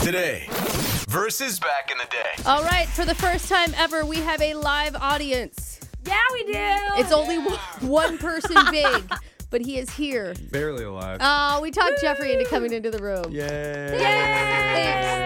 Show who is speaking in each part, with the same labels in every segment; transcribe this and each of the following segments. Speaker 1: today versus back in the day.
Speaker 2: All right, for the first time ever, we have a live audience.
Speaker 3: Yeah, we do.
Speaker 2: It's only one, one person big, but he is here.
Speaker 4: Barely alive.
Speaker 2: Uh, we talked Jeffrey into coming into the room.
Speaker 4: Yay.
Speaker 2: Thanks,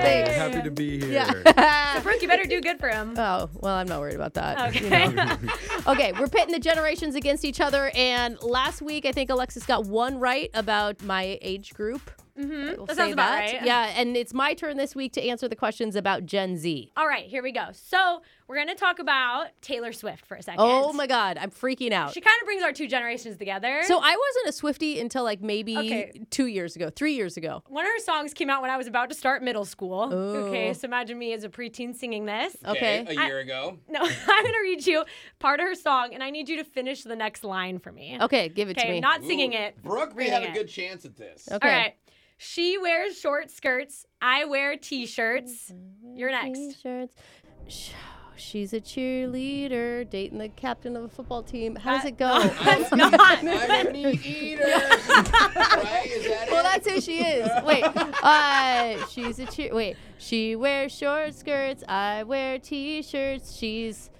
Speaker 2: thanks.
Speaker 4: Happy to be here.
Speaker 2: Yeah.
Speaker 3: Brooke, you better do good for him.
Speaker 2: oh, well, I'm not worried about that.
Speaker 3: Okay.
Speaker 2: Okay, we're pitting the generations against each other. And last week, I think Alexis got one right about my age group. Mm-hmm.
Speaker 3: That sounds about right.
Speaker 2: Yeah, and it's my turn this week to answer the questions about Gen Z.
Speaker 3: All right, here we go. So we're gonna talk about Taylor Swift for a second.
Speaker 2: Oh my God, I'm freaking out.
Speaker 3: She kind of brings our two generations together.
Speaker 2: So I wasn't a Swifty until like maybe
Speaker 3: Okay.
Speaker 2: two years ago, three years ago.
Speaker 3: one of her songs came out when I was about to start middle school.
Speaker 2: Ooh.
Speaker 3: Okay, so imagine me as a preteen singing this.
Speaker 2: Okay.
Speaker 5: A year ago.
Speaker 3: No, I'm gonna read you part of her song, and I need you to finish the next line for me.
Speaker 2: Okay, give it to
Speaker 3: Okay,
Speaker 2: me.
Speaker 3: not singing
Speaker 5: Ooh,
Speaker 3: it.
Speaker 5: Brooke, we
Speaker 3: Reading
Speaker 5: had
Speaker 3: it.
Speaker 5: a good chance at this.
Speaker 2: okay.
Speaker 3: All right. She wears short skirts. I wear t-shirts. You're next.
Speaker 2: T-shirts. Sh- She's a cheerleader, dating the captain of a football team. How does
Speaker 3: That-
Speaker 2: it go?
Speaker 3: That's not.
Speaker 5: I'm a meat eater. right? Is that
Speaker 2: Well,
Speaker 5: it?
Speaker 2: that's who she is. Wait, uh, she's a cheer. Wait, she wears short skirts. I wear t-shirts. She's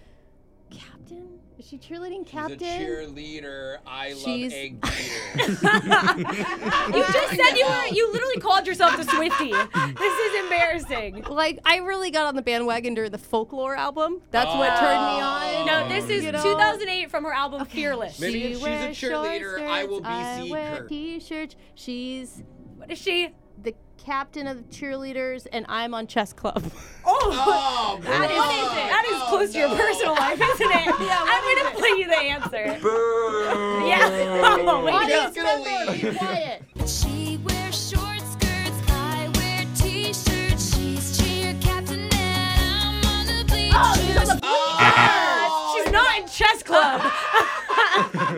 Speaker 2: captain. Is she cheerleading
Speaker 5: She's
Speaker 2: captain?
Speaker 5: a cheerleader. I
Speaker 2: She's-
Speaker 5: love egg beaters.
Speaker 3: You just said you were, you literally called yourself the Swifty. This is embarrassing.
Speaker 2: like I really got on the bandwagon during the folklore album. That's what turned me on.
Speaker 3: Oh. No, this is
Speaker 2: Um, You know?
Speaker 3: 2008 from her album Fearless.
Speaker 5: Maybe
Speaker 2: She
Speaker 5: if she's a
Speaker 2: wears short
Speaker 5: cheerleader, I will
Speaker 2: skirts,
Speaker 5: be
Speaker 2: I
Speaker 5: Zeke
Speaker 2: wear
Speaker 5: Kirk.
Speaker 2: t-shirts. She's
Speaker 3: What is she?
Speaker 2: the captain of the cheerleaders, and I'm on chess club.
Speaker 5: oh,
Speaker 3: That is, that is close to your personal life, isn't it? I'm gonna play you the answer.
Speaker 4: Boo.
Speaker 3: Yeah. Oh, wait.
Speaker 5: Just gonna leave.
Speaker 2: Quiet.
Speaker 6: She wears short skirts, I wear t-shirts. She's cheer captain and I'm on the bleachers.
Speaker 5: Oh,
Speaker 3: She's not in chess club.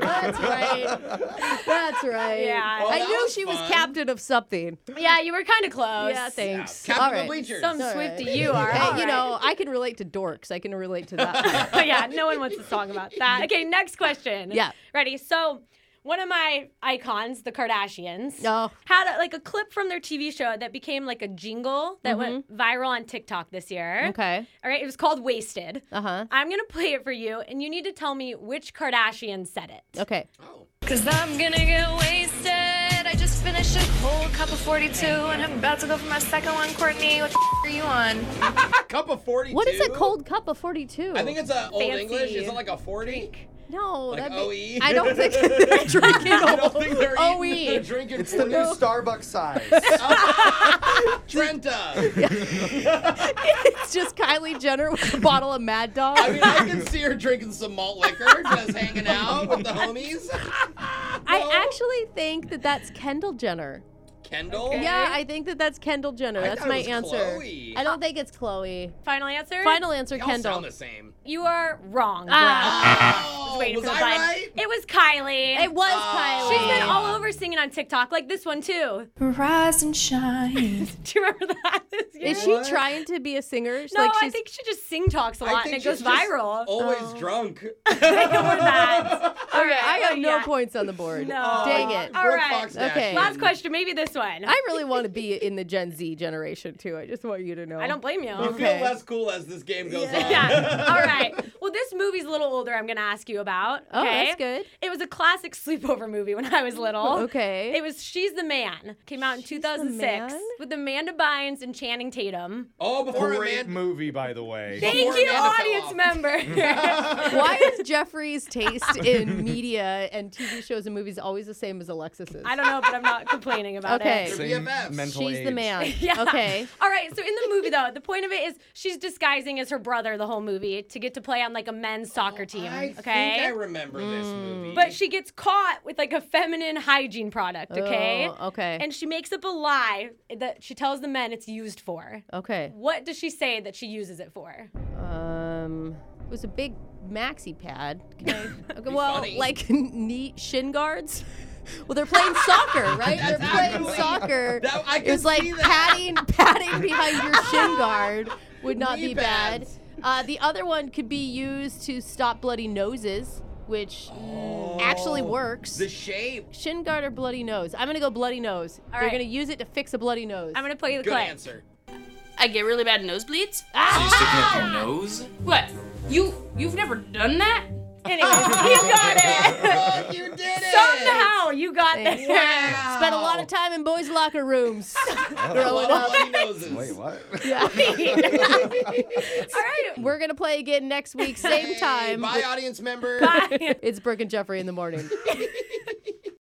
Speaker 2: That's right. That's right.
Speaker 3: Yeah.
Speaker 5: Well,
Speaker 2: I
Speaker 5: that
Speaker 2: knew
Speaker 5: was
Speaker 2: she was
Speaker 5: fun.
Speaker 2: captain of something.
Speaker 3: Yeah, you were kind of close.
Speaker 2: Yeah, thanks.
Speaker 5: Captain
Speaker 2: All
Speaker 5: of the
Speaker 2: right.
Speaker 5: Bleachers.
Speaker 3: Some
Speaker 2: All
Speaker 3: Swifty
Speaker 2: right.
Speaker 3: you are.
Speaker 2: Hey,
Speaker 3: All
Speaker 2: you
Speaker 3: right.
Speaker 2: know, I can relate to dorks. I can relate to that.
Speaker 3: But yeah, no one wants a song about that. Okay, next question.
Speaker 2: Yeah.
Speaker 3: Ready? So, one of my icons, the Kardashians,
Speaker 2: Oh.
Speaker 3: had a, like a clip from their TV show that became like a jingle that went viral on TikTok this year.
Speaker 2: Mm-hmm. okay.
Speaker 3: All right, it was called Wasted.
Speaker 2: Uh huh.
Speaker 3: I'm going to play it for you, and you need to tell me which Kardashian said it.
Speaker 2: Okay.
Speaker 7: Cause I'm gonna get wasted. I just finished a whole cup of 42 and I'm about to go for my second one, Courtney. What the f- are you on?
Speaker 5: a cup of 42.
Speaker 2: What is a cold cup of 42?
Speaker 5: I think it's a old
Speaker 3: Fancy
Speaker 5: English. Is it like a 40?
Speaker 2: no.
Speaker 5: Like E.
Speaker 2: that'd
Speaker 5: OE?
Speaker 2: I don't think they're drinking.
Speaker 5: I don't think they're
Speaker 2: OE.
Speaker 5: eating. They're drinking
Speaker 4: It's the new Starbucks size.
Speaker 5: Trenta.
Speaker 2: It's just Kylie Jenner with a bottle of Mad Dog.
Speaker 5: I mean, I can see her drinking some malt liquor, just hanging out with the homies.
Speaker 2: I actually think that that's Kendall Jenner.
Speaker 5: Kendall.
Speaker 2: Yeah, I think that that's Kendall Jenner.
Speaker 5: I
Speaker 2: that's
Speaker 5: thought
Speaker 2: my
Speaker 5: it was
Speaker 2: answer.
Speaker 5: Chloe.
Speaker 2: I don't think it's Chloe.
Speaker 3: Final answer?
Speaker 2: Final answer,
Speaker 5: They all
Speaker 2: Kendall.
Speaker 5: sound the same.
Speaker 3: You are wrong.
Speaker 2: Ah.
Speaker 3: Brooke.
Speaker 5: Oh,
Speaker 3: Oh, Waiting
Speaker 5: was
Speaker 3: for the
Speaker 5: I
Speaker 3: button.
Speaker 5: right?
Speaker 3: It was Kylie.
Speaker 2: It was
Speaker 5: Oh.
Speaker 2: Kylie.
Speaker 3: She's been all over singing on TikTok, like this one too.
Speaker 7: Rise and shine.
Speaker 3: Do you remember that? This year?
Speaker 2: Is she trying to be a singer?
Speaker 3: No,
Speaker 2: like
Speaker 3: I
Speaker 2: she's,
Speaker 3: think she just sing talks a
Speaker 5: I
Speaker 3: lot and
Speaker 5: think
Speaker 3: it goes
Speaker 5: she's just
Speaker 3: viral.
Speaker 5: Always drunk.
Speaker 3: Or that. All right,
Speaker 2: I got no
Speaker 3: yeah.
Speaker 2: points on the board.
Speaker 3: No.
Speaker 2: Dang it.
Speaker 3: All
Speaker 5: Brooke
Speaker 3: right.
Speaker 5: Fox
Speaker 2: Okay.
Speaker 5: Dashman.
Speaker 3: Last question, maybe this one. I,
Speaker 2: I really want to be in the Gen Z generation too. I just want you to know.
Speaker 3: don't blame you.
Speaker 5: You feel
Speaker 2: Okay.
Speaker 5: less cool as this game goes on.
Speaker 3: Yeah. All right. Well, this movie's a little older. I'm gonna ask you about. Okay?
Speaker 2: Oh, that's good.
Speaker 3: It was a classic sleepover movie when I was little.
Speaker 2: Okay.
Speaker 3: It was She's the Man. Came out in 2006
Speaker 2: Man?
Speaker 3: with Amanda Bynes and Channing Tatum.
Speaker 5: Oh, before
Speaker 4: Great
Speaker 5: Amanda.
Speaker 4: movie, by the way.
Speaker 5: They-
Speaker 3: Thank
Speaker 5: Before
Speaker 3: you,
Speaker 5: Amanda fell
Speaker 3: audience
Speaker 5: off.
Speaker 3: member.
Speaker 2: Why is Jeffrey's taste in media and TV shows and movies always the same as Alexis's?
Speaker 3: I don't know, but I'm not complaining about
Speaker 2: Okay.
Speaker 3: it.
Speaker 5: They're
Speaker 4: Same
Speaker 5: BFFs.
Speaker 4: mental
Speaker 2: She's
Speaker 4: age.
Speaker 2: the man.
Speaker 3: Yeah.
Speaker 2: Okay.
Speaker 3: All right. So in the movie, though, the point of it is she's disguising as her brother the whole movie to get to play on like a men's soccer team.
Speaker 5: Oh, I
Speaker 3: okay.
Speaker 5: think I remember this
Speaker 2: Mm.
Speaker 5: movie.
Speaker 3: but she gets caught with like a feminine hygiene product. Okay.
Speaker 2: Oh, okay.
Speaker 3: And she makes up a lie that she tells the men it's used for.
Speaker 2: Okay.
Speaker 3: What does she say that she uses it for?
Speaker 2: Um, it was a big maxi pad. Can I, okay, well,
Speaker 5: funny.
Speaker 2: like knee shin guards. Well, they're playing soccer, right? they're
Speaker 5: That's
Speaker 2: playing
Speaker 5: actually-
Speaker 2: soccer.
Speaker 5: That- I
Speaker 2: it was
Speaker 5: could
Speaker 2: like
Speaker 5: see that.
Speaker 2: padding, padding behind your shin guard would not
Speaker 5: Knee
Speaker 2: be bad.
Speaker 5: pads.
Speaker 2: Uh, the other one could be used to stop bloody noses, which mm, actually works.
Speaker 5: Oh, the shape.
Speaker 2: shin guard or bloody nose? I'm gonna go bloody nose. They're
Speaker 3: right.
Speaker 2: gonna use it to fix a bloody nose.
Speaker 3: I'm gonna play you the
Speaker 5: Good
Speaker 3: clip.
Speaker 5: answer.
Speaker 8: I get really bad nosebleeds.
Speaker 9: So you're sticking up your nose?
Speaker 8: What? You you've never done that?
Speaker 3: Anyway, you got it.
Speaker 5: you did it.
Speaker 3: Somehow you got
Speaker 2: Thanks.
Speaker 3: there.
Speaker 2: Spent a lot of time in boys' locker rooms.
Speaker 5: Bloody, bloody noses.
Speaker 4: Wait, what?
Speaker 3: All right.
Speaker 2: We're gonna play again next week, same
Speaker 5: Hey,
Speaker 2: time.
Speaker 5: Bye, audience member.
Speaker 2: It's Brooke and Jeffrey in the morning.